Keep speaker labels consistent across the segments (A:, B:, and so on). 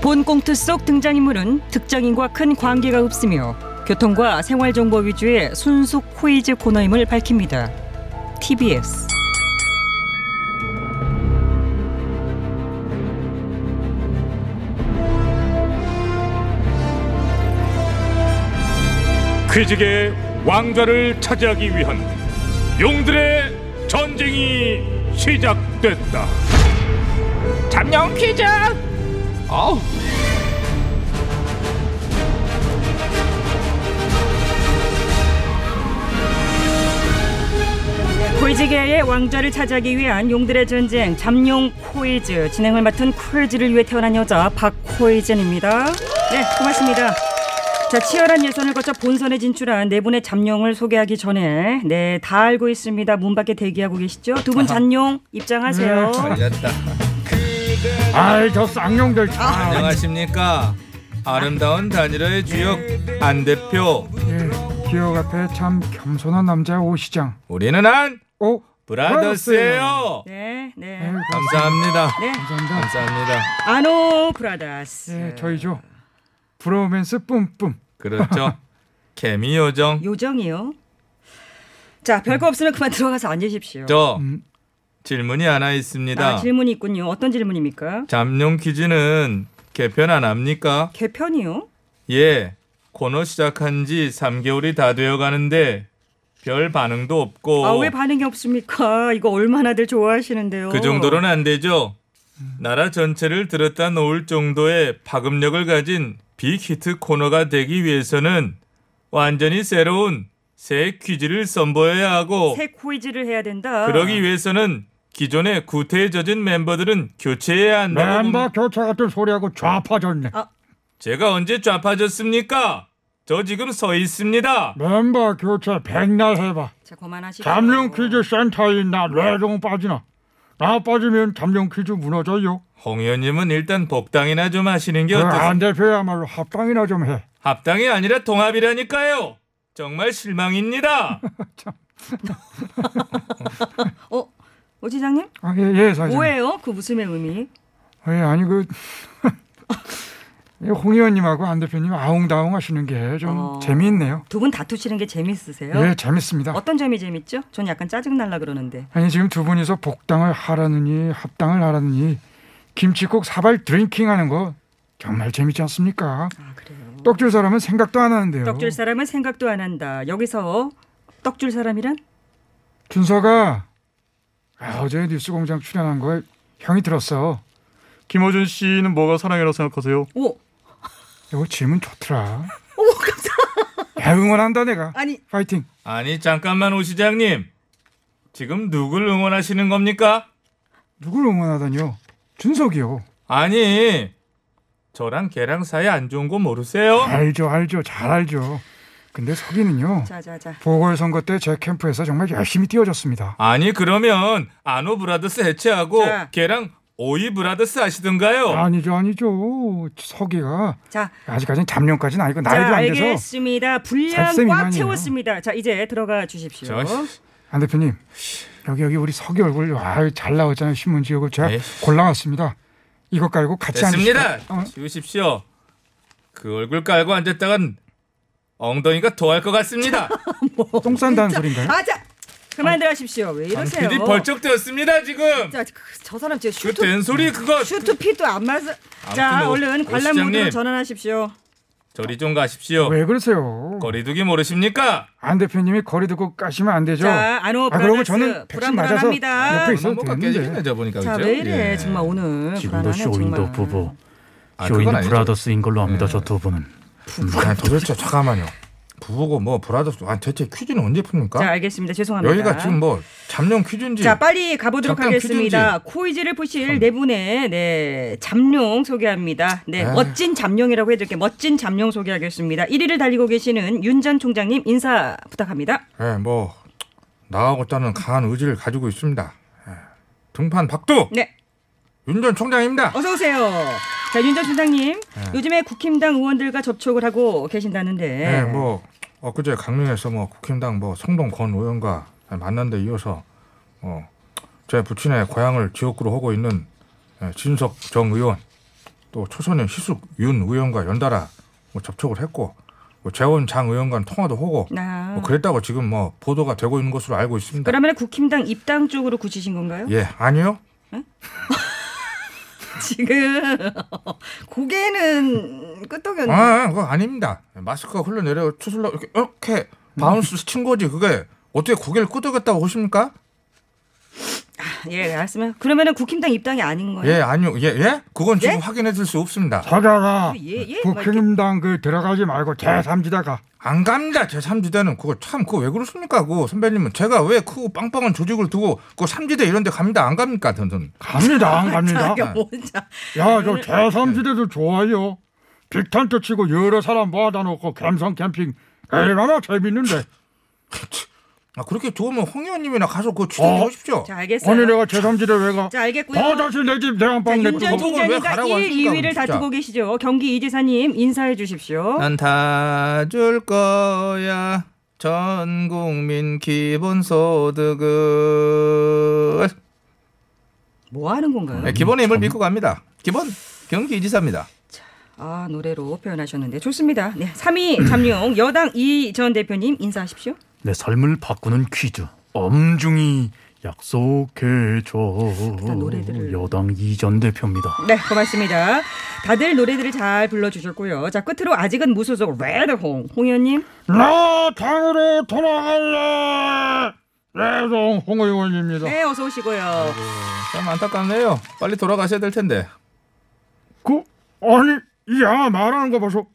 A: 본 꽁트 속 등장인물은 특정인과 큰 관계가 없으며 교통과 생활 정보 위주의 순수 코이즈 코너임을 밝힙니다. TBS
B: 퀴즈계의 왕좌를 차지하기 위한 용들의 전쟁이 시작됐다. 잠룡 퀴즈. 어우.
A: 코이즈계의 왕좌를 차지하기 위한 용들의 전쟁 잠룡 코이즈 진행을 맡은 코이즈를 위해 태어난 여자 박코이즈입니다. 네, 고맙습니다. 자, 치열한 예선을 거쳐 본선에 진출한 네 분의 잠룡을 소개하기 전에 네, 다 알고 있습니다. 문 밖에 대기하고 계시죠? 두 분 잠룡 입장하세요.
C: 걸렸다.
D: 아이 저 쌍용들 참.
A: 아,
C: 아. 안녕하십니까. 아름다운
A: 네.
C: 단일화의 주역 안 대표.
D: 예, 기억 앞에 참 겸손한 남자 오 시장. 어?
C: 우리는 안
D: 오
C: 브라더스예요.
A: 네, 네.
D: 아이고,
C: 감사합니다. 네,
A: 네.
D: 감사합니다.
C: 감사합니다.
A: 아노 브라더스.
D: 예, 저희죠. 브로맨스 뿜뿜.
C: 그렇죠. 개미 요정.
A: 요정이요. 자,
C: 음.
A: 별거 없으면 그만 들어가서 앉으십시오.
C: 저
D: 음.
C: 질문이 하나
A: 아,
C: 있습니다.
A: 질문이 있군요. 어떤 질문입니까?
C: 잠룡 퀴즈는 개편 안 합니까?
A: 개편이요?
C: 예. 코너 시작한 지 3개월이 다 되어 가는데 별 반응도 없고
A: 아, 왜 반응이 없습니까? 이거 얼마나들 좋아하시는데요.
C: 그 정도로는 안 되죠. 나라 전체를 들었다 놓을 정도의 파급력을 가진 빅히트 코너가 되기 위해서는 완전히 새로운 새 퀴즈를 선보여야 하고
A: 새 코이즈를 해야 된다.
C: 뭐- 그러기 위해서는 기존의 구태에 젖은 멤버들은 교체해야 한다고
D: 멤버
C: 봅니다.
D: 교차 같은 소리하고 좌파졌네.
A: 아.
C: 제가 언제 좌파졌습니까? 저 지금 서 있습니다.
D: 멤버 교체 백날 해봐.
A: 자, 그만하시고.
D: 잠룡 퀴즈 센터에 있나 뇌종 빠지나. 나 빠지면 잠룡 퀴즈 무너져요.
C: 홍 의원님은 일단 복당이나 좀 하시는 게
D: 그
C: 어떠세요?
D: 안 대표야말로 합당이나 좀 해.
C: 합당이 아니라 통합이라니까요. 정말 실망입니다.
A: 어, 오 지장님?
D: 아, 예, 예 사장.
A: 뭐예요? 그 웃음의 의미.
D: 예, 아니 그. 예, 홍 의원님하고 안 대표님 아웅다웅 하시는 게 좀
A: 어.
D: 재미있네요.
A: 두 분 다투시는 게 재밌으세요?
C: 네.
D: 예, 재밌습니다.
A: 어떤 점이 재밌죠? 전 약간 짜증 날라 그러는데.
D: 아니 지금 두 분이서 복당을 하라느니 합당을 하라느니 김치국 사발 드링킹 하는 거 정말 재밌지 않습니까?
A: 아, 그래요.
D: 떡줄 사람은 생각도 안
C: 네.
D: 하는데요.
A: 떡줄 사람은 생각도 안 한다. 여기서 떡줄 사람이란?
D: 준서가 아, 어제 뉴스공장 출연한 걸 형이 들었어.
E: 김어준 씨는 뭐가 사랑이라고 생각하세요?
A: 오,
D: 이거 어, 질문 좋더라. 오 감사. 응원한다 내가.
A: 아니
D: 파이팅.
C: 아니 잠깐만 오 시장님 지금 누굴 응원하시는 겁니까?
D: 누굴 응원하다니요? 준석이요.
C: 아니 저랑 걔랑 사이 안 좋은 거 모르세요?
D: 알죠, 알죠, 잘 알죠. 근데 석이는요.
A: 자자자.
D: 보궐선거 때 제 캠프에서 정말 열심히 뛰어줬습니다.
C: 아니 그러면 아노 브라더스 해체하고
A: 자.
C: 걔랑 오이 브라더스
A: 어.
C: 하시던가요?
D: 아니죠, 아니죠. 석이가
A: 자,
D: 아직까지는 잡념까지는 아니고 나이도
A: 자
D: 안 돼서
A: 알겠습니다. 분량
D: 살쌤
A: 꽉
D: 이만이에요.
A: 채웠습니다. 자 이제 들어가 주십시오.
C: 저
D: 안 대표님 여기 여기 우리 석이 얼굴 아잘 나왔잖아요 신문 지역을 제가
A: 네.
C: 에이.
D: 골라왔습니다. 이것 깔고 같이
C: 됐습니다.
D: 앉읍시다. 어,
C: 지우십시오. 그 얼굴 깔고 앉았다간 엉덩이가 더할 것 같습니다.
D: 어, 똥 싼다는 소린가요?
A: 아자 그만들 하십시오. 왜 이러세요?
C: 길이 벌쩍 되었습니다 지금.
A: 자, 그- 저 사람 진짜
C: 그
A: 슈트
C: 된 소리 그거
A: 슈트 핏도 안 맞아. 자
C: 아무튼 오-
A: 얼른
C: 오
A: 관람 모드로
C: 시장님.
A: 전환하십시오.
C: 저리 좀
A: 어.
C: 가십시오.
D: 왜 그러세요?
C: 거리두기 모르십니까?
D: 안 대표님이 거리 두고 까시면 안 되죠.
A: 자 안호
D: 아, 그러면
A: 브라더스
D: 저는 백신 맞아서
A: 불안불안합니다.
D: 옆에 있어도
C: 얼마 못
D: 되는데.
C: 갔겠네, 저 보니까
A: 자
C: 그죠?
A: 왜 이래
C: 예.
A: 정말 오늘
F: 지금도
A: 불안하네
F: 쇼윈도
A: 정말.
F: 부부,
C: 아,
F: 쇼윈
C: 그건 아니죠. 예.
F: 브라더스인 걸로 압니다. 저 두 분은.
C: 아, 도대체 잠깐만요. 부부고 뭐 브라더스 아 대체 퀴즈는 언제 풉니까?
A: 자 알겠습니다. 죄송합니다.
C: 여기가 지금 뭐 잠룡 퀴즈인지
A: 자 빨리 가보도록
C: 잠깐
A: 하겠습니다. 코이즈를 보실 네 분의 네 잠룡 소개합니다. 네
C: 에휴.
A: 멋진 잠룡이라고 해드릴게요. 멋진 잠룡 소개하겠습니다. 1위를 달리고 계시는 윤 전 총장님 인사 부탁합니다.
C: 예, 뭐 나하고자는 강한 의지를 가지고 있습니다. 예. 등판 박두
A: 네
C: 윤 전 총장입니다.
A: 어서 오세요. 자 윤 전 총장님 요즘에 국힘당 의원들과 접촉을 하고 계신다는데
C: 예, 뭐 엊그제 강릉에서 뭐 국힘당 뭐 성동 권 의원과 만난 데 이어서 뭐 어, 제 부친의 고향을 지역구로 하고 있는 예, 진석 정 의원 또 초소년 희숙 윤 의원과 연달아 뭐 접촉을 했고 뭐 재원 장 의원과는 통화도 하고
A: 아.
C: 뭐 그랬다고 지금 뭐 보도가 되고 있는 것으로 알고 있습니다.
A: 그러면 국힘당 입당 쪽으로 굳히신 건가요?
C: 예, 아니요.
A: 지금 고개는 끄덕였네.
C: 아, 그거 아닙니다. 마스크가 흘러내려 추슬러 이렇게, 이렇게 바운스 친 거지 그게 어떻게 고개를 끄덕였다고 보십니까?
A: 예, 알았습니다. 그러면은 국힘당 입당이 아닌 거예요.
C: 예, 아니요. 예, 예? 그건 지금
A: 예?
C: 확인해 드릴 수 없습니다.
D: 사자가
A: 예, 예,
D: 국힘당 그 들어가지 말고 제3지대가
C: 안 갑니다. 제 3지대는 그거 참 그거 왜 그러십니까? 그 선배님은 제가 왜 크고 빵빵한 조직을 두고 그 3지대 이런 데 갑니다. 안 갑니까? 저는.
D: 갑니다 안 갑니다.
A: 이게 뭔지.
D: 야 저 제3지대도 좋아요. 빅텐트 치고 여러 사람 모아다 놓고 감성 캠핑 얼마나 재밌는데.
C: 아, 그렇게 좋으면 홍 의원님이나 가서 그거 취재해
D: 어?
C: 오십시오.
A: 자, 알겠어요.
D: 오늘 내가 제3지대 왜 가?
A: 자, 알겠고요.
D: 어 다시 내 집 대한방
A: 자,
D: 내
A: 윤전
D: 거.
C: 그걸 왜
A: 총장님과
C: 가라고
A: 1,
C: 하십니까,
A: 2위를
C: 진짜.
A: 다투고 계시죠. 경기 이지사님 인사해 주십시오.
C: 아, 난 다 줄 거야 전 국민 기본소득을
A: 뭐 하는 건가요?
C: 네, 기본의 힘을 믿고 갑니다. 기본 경기지사입니다.
A: 아, 노래로 표현하셨는데 좋습니다. 네, 3위 잠룡 여당 이 전 대표님 인사하십시오.
F: 내 삶을 바꾸는 퀴즈. 엄중히 약속해줘.
A: 노래들을.
F: 여당 이전 대표입니다.
A: 네, 고맙습니다. 다들 노래들을 잘 불러주셨고요. 자, 끝으로 아직은 무소속 레드홍 홍 의원님.
D: 나 당으로 돌아갈래. 레동 홍 의원입니다.
A: 네, 어서 오시고요.
C: 참 안타깝네요. 빨리 돌아가셔야 될 텐데.
D: 그 아니 이 양아 말하는 거 봐서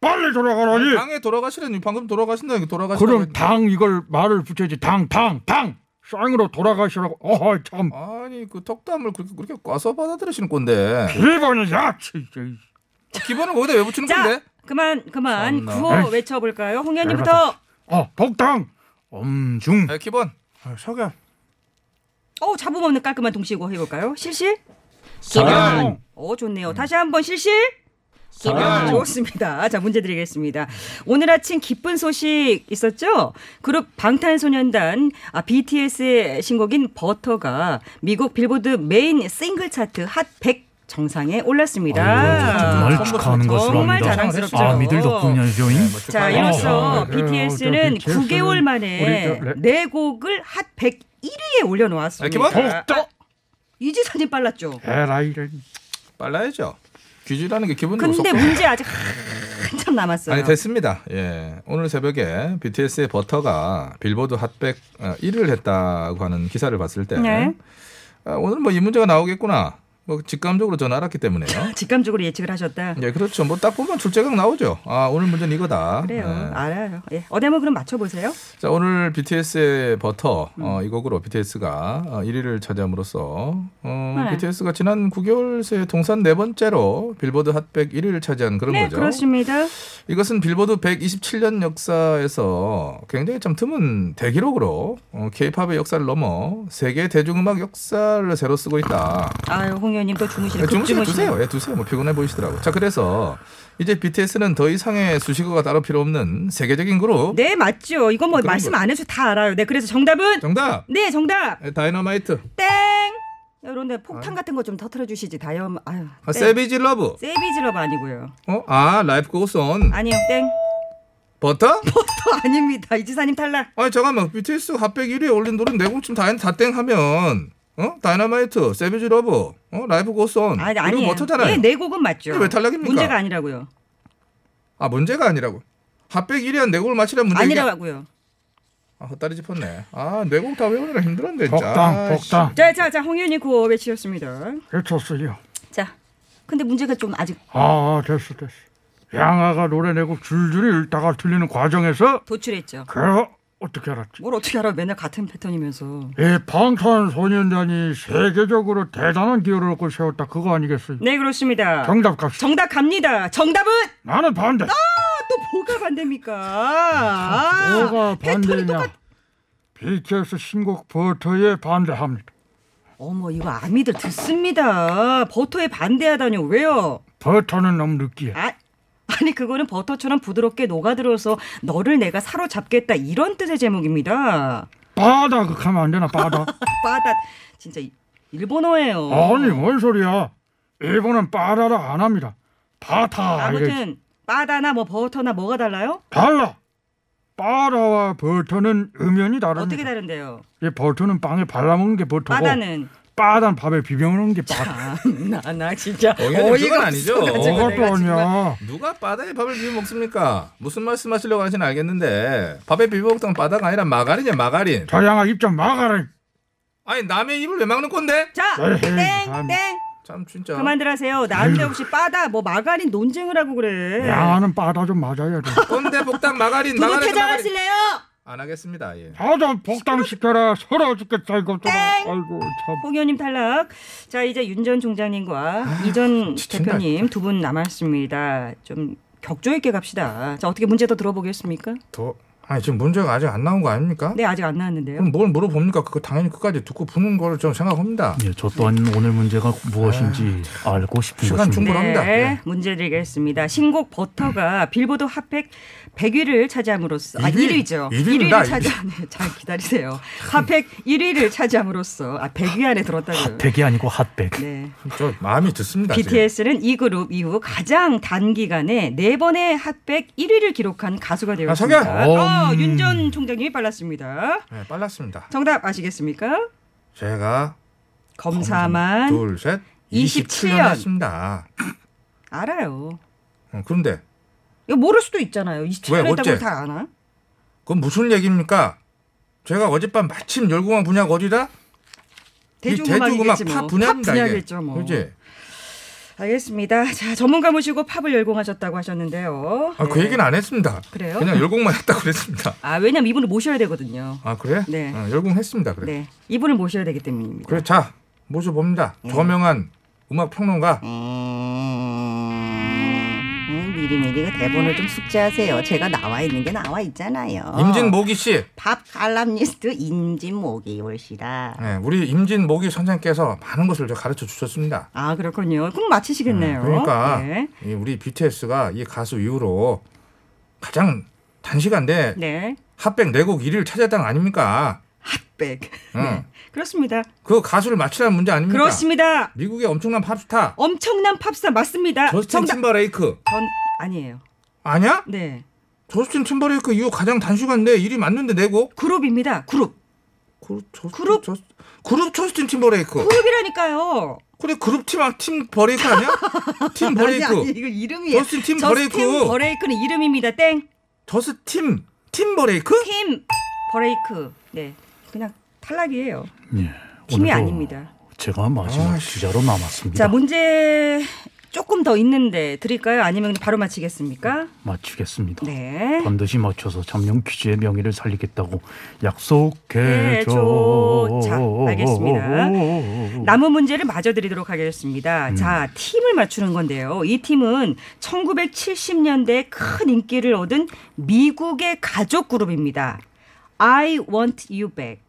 D: 빨리 돌아가라니.
C: 당에 돌아가시는 방금 돌아가신다니 돌아가시는
D: 그럼 당 이걸 말을 붙여야지 당 당 당. 쌍으로 돌아가시라고. 어허 참.
C: 아니 그 덕담을 그렇게, 그렇게 꽈서 받아들이시는 건데
D: 일본은 야치.
C: 기본은 거기다 왜 붙이는
A: 자,
C: 건데?
A: 그만 그만
C: 참나.
A: 구호 외쳐볼까요? 홍 의원님부터.
D: 어 복당.
F: 엄중.
C: 네, 기본 아, 석양
A: 어, 잡음 없는 깔끔한 동시고 해볼까요? 실실.
D: 기본.
A: 어, 좋네요. 다시 한번 실실.
C: 기본.
A: 좋습니다. 자, 문제 드리겠습니다. 오늘 아침 기쁜 소식 있었죠? 그룹 방탄소년단 아, BTS의 신곡인 버터가 미국 빌보드 메인 싱글 차트 핫 100 정상에 올랐습니다.
F: 정말 축하하는 것으로
A: 정말
F: 합니다.
A: 자랑스럽죠. 네,
F: 아, 미들 덕분이죠. 잉
A: 자,
D: 아,
F: 어,
A: 이로써
D: 그래요.
F: 네,
A: BTS는
D: 저 BTS 는
A: 9개월 만에
D: 우리 저 레-
A: 네 곡을 핫 101위에 올려놓았습니다.
C: 이렇게 뭐? 봐.
A: 아, 이지선이 빨랐죠.
D: 에라이를.
C: 빨라야죠. 귀지라는 게 기본이
A: 근데
C: 없었고.
A: 문제 아직 한참 남았어요.
C: 아니 됐습니다. 예, 오늘 새벽에 BTS의 버터가 빌보드 핫백 1위를 했다고 하는 기사를 봤을 때
A: 네.
C: 아, 오늘 뭐 이 문제가 나오겠구나. 뭐 직감적으로 저는 알았기 때문에요.
A: 직감적으로 예측을 하셨다.
C: 예, 그렇죠. 뭐 딱 보면 출제각 나오죠. 아, 오늘 문제는 이거다.
A: 그래요.
C: 예.
A: 알아요. 예. 어디 한번 그럼 맞춰보세요.
C: 자, 오늘 BTS의 버터
A: 음.
C: 어, 이 곡으로 BTS가 어, 1위를 차지함으로써 어,
A: 네.
C: BTS가 지난 9개월 새 동산 네 번째로 빌보드 핫백 1위를 차지한 그런
A: 네,
C: 거죠.
A: 그렇습니다.
C: 이것은 빌보드 127년 역사에서 굉장히 참 드문 대기록으로 어, 케이팝의 역사를 넘어 세계 대중음악 역사를 새로 쓰고 있다.
A: 아유, 홍 의원님 또 네, 주무시는
C: 주무시면 두세요. 예, 두세요. 뭐 피곤해 보이시더라고. 자, 그래서 이제 BTS는 더 이상의 수식어가 따로 필요 없는 세계적인 그룹.
A: 네, 맞죠. 이건 뭐
C: 아, 그런
A: 말씀
C: 거.
A: 안 해서 다 알아요. 네, 그래서 정답은
C: 정답.
A: 네, 정답.
C: 예, 다이너마이트.
A: 땡. 여러분들 폭탄 같은 거 좀 터트려 주시지. 다이엄 아유. 땡.
C: 아, 세비지 러브.
A: 세비지러브 아니고요.
C: 어? 아, 라이프 고스 온.
A: 아니요, 땡.
C: 버터?
A: 또 아닙니다. 이지사님 탈락.
C: 아니 잠깐만 BTS 핫백 1위에 올린 노래 내 곡 지금 다땡 하면 어 다이너마이트 세비지 러브 어 라이브 고스온
A: 아니,
C: 그리고
A: 아니에요.
C: 뭐 버터잖아요
A: 예, 네 곡은 맞죠.
C: 근데 왜 탈락입니까?
A: 문제가 아니라고요.
C: 아 문제가 아니라고 핫백 1위한 내 곡을 맞히란 문제
A: 아니라고요.
C: 아 헛다리 짚었네 아내곡다 외우느라 힘들었네 진짜
D: 복당
C: 아이씨.
D: 복당.
A: 자, 자, 자, 홍 의원님 구호 외치셨습니다.
D: 그쳤어요.
A: 자. 근데 문제가 좀 아직
D: 아 됐어 됐어. 양아가 노래 내고 줄줄이 읽다가 틀리는 과정에서
A: 도출했죠.
D: 그 어떻게 알았지?
A: 뭘 어떻게 알아? 맨날 같은 패턴이면서.
D: 이 방탄소년단이 세계적으로 대단한 기여를 얻고 세웠다 그거 아니겠어요?
A: 네, 그렇습니다.
D: 정답 값이
A: 정답 갑니다. 정답은 아,
D: 나는 반대
A: 또 뭐가 반대입니까? 아,
D: 뭐가
A: 패턴이 똑같-
D: 반대냐 BTS 신곡 버터에 반대합니다
A: 어머 이거 아미들 듣습니다. 버터에 반대하다니 왜요?
D: 버터는 너무 느끼해
A: 아, 아니 그거는 버터처럼 부드럽게 녹아들어서 너를 내가 사로잡겠다 이런 뜻의 제목입니다.
D: 바다 극하면 안 되나 바다 아,
A: 바다 진짜 이- 일본어예요.
D: 아니 뭔 소리야 일본은 빠라라 안 합니다. 바타. 이거
A: 아무튼 바다나 뭐 버터나 뭐가 달라요?
D: 달라. 빠라와 버터는 음연이 다릅니다.
A: 어떻게 다른데요?
D: 이 버터는 빵에 발라먹는 게 버터고
A: 바다는 아,
D: 빠단 밥에 비벼먹는 게 바다.
A: 나나 진짜
C: 어이가 그건 아니죠.
A: 없어가지고
D: 뭐가
A: 내가
D: 또
A: 정말
D: 아니야.
C: 누가 바다에 밥을 비벼 먹습니까? 무슨 말씀하시려고 하는지는 알겠는데 밥에 비벼 먹던 바다가 아니라 마가린이야 마가린.
D: 자양아 입좀 막아라.
C: 아니 남의 입을 왜 막는 건데?
A: 자,
D: 에이,
A: 땡,
D: 참.
A: 땡.
C: 참 진짜.
A: 그만들 하세요. 나한테 혹시 빠다 뭐 마가린 논쟁을 하고 그래.
D: 양아는 바다 좀 맞아야 돼.
C: 꼰대 복당 마가린
A: 두부
C: 마가린
A: 퇴장
C: 마가린.
A: 하실래요?
C: 안 하겠습니다. 예.
D: 자자 복당 시켜라. 서러워 죽겠다 이거. 또. 아이고 참.
A: 홍 의원님 탈락. 자, 이제 윤 전
D: 아,
A: 총장님과 이 전
C: 지친다,
A: 대표님 두 분 남았습니다. 좀 격조 있게 갑시다. 자, 어떻게 문제 더 들어보겠습니까?
C: 더 아니 지금 문제가 아직 안 나온 거 아닙니까?
A: 네, 아직 안 나왔는데요.
C: 그럼 뭘 물어봅니까? 그거 당연히 끝까지 듣고 푸는 거를 좀 생각합니다.
F: 예, 저 또한 오늘 문제가 무엇인지
A: 아.
F: 알고 싶은
C: 시간
F: 것입니다.
C: 충분- 충분합니다.
A: 네,
C: 네.
A: 문제 드리겠습니다. 신곡 버터가 빌보드 핫팩 100위를 차지함으로써 아,
C: 1위?
A: 1위죠.
C: 1위입니다.
A: 1위를 차지함. 네, 잘 기다리세요. 핫팩 1위를 차지함으로써 아, 100위 안에 들었다고요.
F: 핫팩이 아니고 핫백.
A: 네.
C: 저 마음이 듣습니다. 지금.
A: BTS는 이 그룹 이후 가장 단기간에 네 번의 핫백 1위를 기록한 가수가 되었습니다.
C: 성현!
A: 어, 윤전 총장님이 빨랐습니다.
C: 네, 빨랐습니다.
A: 정답 아시겠습니까?
C: 제가
A: 검사만
C: 둘, 셋,
A: 27
C: 27년 했습니다.
A: 알아요.
C: 어, 그런데
A: 이거 모를 수도 있잖아요.
C: 왜,
A: 27년 했다고
C: 어째?
A: 다 아나?
C: 그건 무슨 얘기입니까? 제가 어젯밤 마침 열공한 분야가 어디다? 이
A: 대중음악이겠지
C: 대중음악 팝
A: 뭐.
C: 분야입니다.
A: 팝
C: 이게.
A: 분야겠죠 뭐.
C: 그지?
A: 알겠습니다. 자, 전문가 모시고 팝을 열공하셨다고 하셨는데요.
C: 아, 그
A: 네.
C: 얘기는 안 했습니다.
A: 그래요?
C: 그냥 열공만 했다고 그랬습니다.
A: 아, 왜냐면 이분을 모셔야 되거든요.
C: 아 그래?
A: 네.
C: 어, 열공했습니다. 그래.
A: 네. 이분을 모셔야 되기 때문입니다.
C: 그래 자 모셔봅니다.
A: 음.
C: 저명한 음악 평론가
G: 음, 미리미리 대본을 좀 숙지하세요. 제가 나와 있는 게 나와 있잖아요.
C: 임진모기 씨.
G: 밥 칼럼니스트 임진모기월 씨다.
C: 네, 우리 임진모기 선생께서 많은 것을 저 가르쳐 주셨습니다.
A: 아, 그렇군요. 꼭 맞히시겠네요.
C: 그러니까
A: 네.
C: 이 우리 BTS가 이 가수 이후로 가장 단시간 내
A: 네.
C: 핫백 내곡 1위를 차지했던 거 아닙니까?
A: 백.
C: 응.
A: 그렇습니다.
C: 그 가수를 맞추라는 문제 아닙니까?
A: 네. 그렇습니다.
C: 미국의 엄청난 팝스타
A: 엄청난 팝스타 맞습니다.
C: 저스틴
A: 정답.
C: 팀버레이크
A: 전 아니에요.
C: 아니야?
A: 네.
C: 저스틴 팀버레이크 이후 가장 단시간 내 1위 맞는데 내곡?
A: 그룹입니다. 그룹.
C: 그룹 저스틴,
A: 그룹?
C: 저스- 그룹 저스틴 팀버레이크
A: 그룹이라니까요.
C: 그래 그룹 팀, 아- 팀 버레이크 아니야? 팀
G: 아니 아니
C: 버레이크
G: 이거 이름이에요.
C: 저스틴 팀 버레이크
A: 저스틴 버레이크는 이름입니다. 땡.
C: 저스틴 팀 버레이크?
A: 팀 버레이크. 네. 그냥 탈락이에요.
F: 예,
A: 팀이
F: 오늘도
A: 아닙니다.
F: 제가 마지막 주자로 남았습니다.
A: 자, 문제 조금 더 있는데 드릴까요? 아니면 바로 마치겠습니까?
F: 맞추겠습니다.
A: 네.
F: 반드시 맞춰서 잠룡 퀴즈의 명예를 살리겠다고
A: 네,
F: 약속해줘.
A: 저- 자, 알겠습니다.
F: 음.
A: 남은 문제를 마저 드리도록 하겠습니다. 자, 팀을 맞추는 건데요. 이 팀은 1970년대 큰 인기를 얻은 미국의 가족 그룹입니다. I want you back,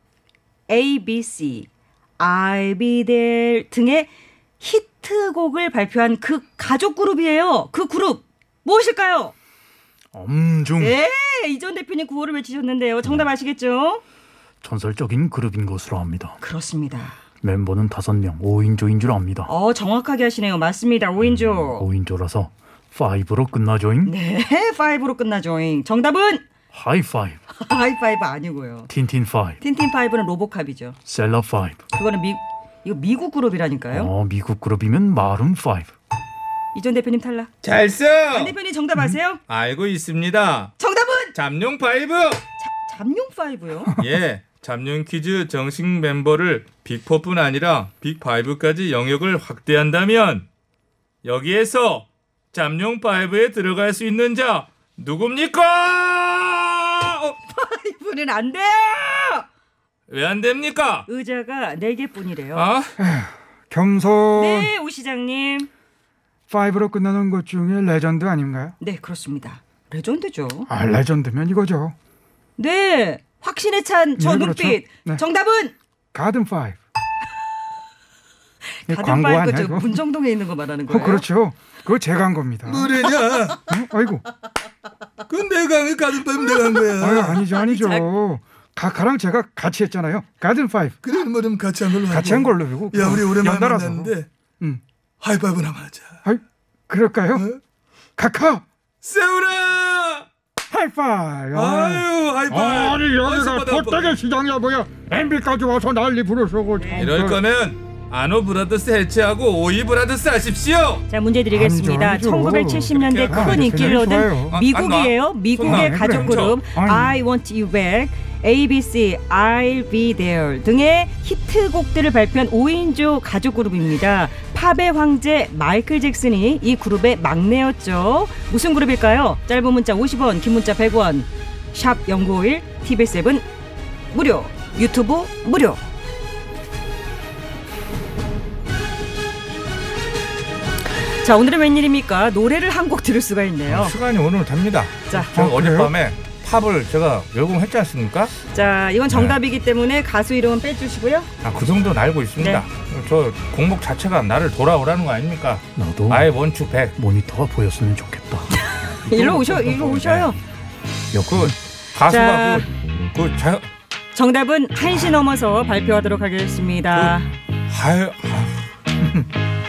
A: ABC, I'll be there 등의 히트곡을 발표한 그 가족 그룹이에요. 그 그룹. 무엇일까요?
F: 엄중
A: 네, 이전 대표님 구호를 외치셨는데요. 정답 아시겠죠?
F: 전설적인 그룹인 것으로 압니다.
A: 그렇습니다.
F: 멤버는 다섯 명, 5인조인 줄 압니다.
A: 어, 정확하게 하시네요. 맞습니다. 오인조
F: 5인조라서 5로 끝나죠잉.
A: 네, 5로 끝나죠잉. 정답은
F: 하이파이브,
A: 하이파이브 아니고요.
F: 틴틴파이브,
A: 틴틴파이브는 로보캅이죠.
F: 셀라파이브.
A: 그거는 미, 이거 미국 그룹이라니까요.
F: 어, 미국 그룹이면 마룬파이브.
A: 이전 대표님 탈락.
H: 잘
A: 안
D: 어.
H: 써!
A: 대표님
D: 음.
A: 정답 아세요?
H: 알고 있습니다.
A: 정답은
H: 잠룡 파이브!
A: 잠룡 파이브요.
H: 예, 잠룡 퀴즈 정식 멤버를 빅4뿐 아니라 빅5까지 영역을 확대한다면 여기에서 잠룡 5에 들어갈 수 있는 자 누굽니까? 어,
A: 이분은 안 돼.
H: 왜안 됩니까?
A: 의자가 네 개뿐이래요.
H: 아,
D: 겸손
A: 네, 오 시장님.
D: 파이브로 끝나는 것 중에 레전드 아닌가요?
A: 네, 그렇습니다. 레전드죠.
D: 아 레전드면 이거죠.
A: 네, 확신에 찬 저
D: 네, 그렇죠.
A: 눈빛.
D: 네.
A: 정답은
D: 가든 파이브.
A: 가든
D: 이게 네, 광고
A: 파이브
D: 아니야
A: 저
D: 이거?
A: 문정동에 있는 거 말하는
D: 어,
A: 거예요.
D: 그렇죠. 그거 제 광고입니다.
C: 그래냐?
D: 응? 아이고,
C: 그 내가 왜 가슴 빠면 내가 한
D: 아유,
C: 거야?
D: 아니죠, 아니죠. 가카랑 제가 같이 했잖아요. 가든 파이브
C: 그래 뭐좀 같이 한 걸로
D: 같이 한 걸로 그리고
C: 야 우리 오랜만에
D: 연달아서.
C: 만났는데
D: 음.
C: 하이파이브나 하자. 네?
D: 아이, 그럴까요? 카카
C: 세우라!
D: 하이파이.
C: 아유, 하이파이브.
D: 아니
C: 어디서
D: 여기가
C: 받아,
D: 버떡의 시장이야 뭐야? MB까지 와서 난리 부르시고.
C: 이럴 거면 아노 브라더스 해체하고 오이 브라더스 하십시오.
A: 자 문제 드리겠습니다.
D: 아니죠.
A: 1970년대
C: 그렇게
A: 큰
D: 하면
A: 인기를
D: 되게
A: 얻은
D: 좋아요.
C: 안
A: 미국이에요.
C: 놔. 손
A: 미국의
C: 놔.
A: 가족
C: 그래,
A: 그룹
D: 아니.
A: I Want You Back, ABC, I'll Be There 등의 히트곡들을 발표한 5인조 가족 그룹입니다. 팝의 황제 마이클 잭슨이 이 그룹의 막내였죠. 무슨 그룹일까요? 짧은 문자 50원, 긴 문자 100원. 샵 0951, TBS7 무료, 유튜브 무료. 자 오늘은 웬일입니까? 노래를 한 곡 들을 수가 있네요.
C: 시간이 오늘 됩니다.
A: 자,
C: 저
D: 아, 그래요?
C: 어젯밤에 팝을 제가 열공했지 않습니까?
A: 자 이건 정답이기 때문에 가수 이름은 빼주시고요.
C: 아, 그 정도는 알고 있습니다. 저 공목 자체가 나를 돌아오라는 거 아닙니까?
F: 나도
C: 아이 원추 백.
F: 모니터가 보였으면 좋겠다.
A: 일로 오셔, 일로 오셔요.
C: 그
A: 자.
C: 가수가 그, 그 자,
A: 정답은 한시 넘어서 발표하도록 하겠습니다.
C: 하이, 아,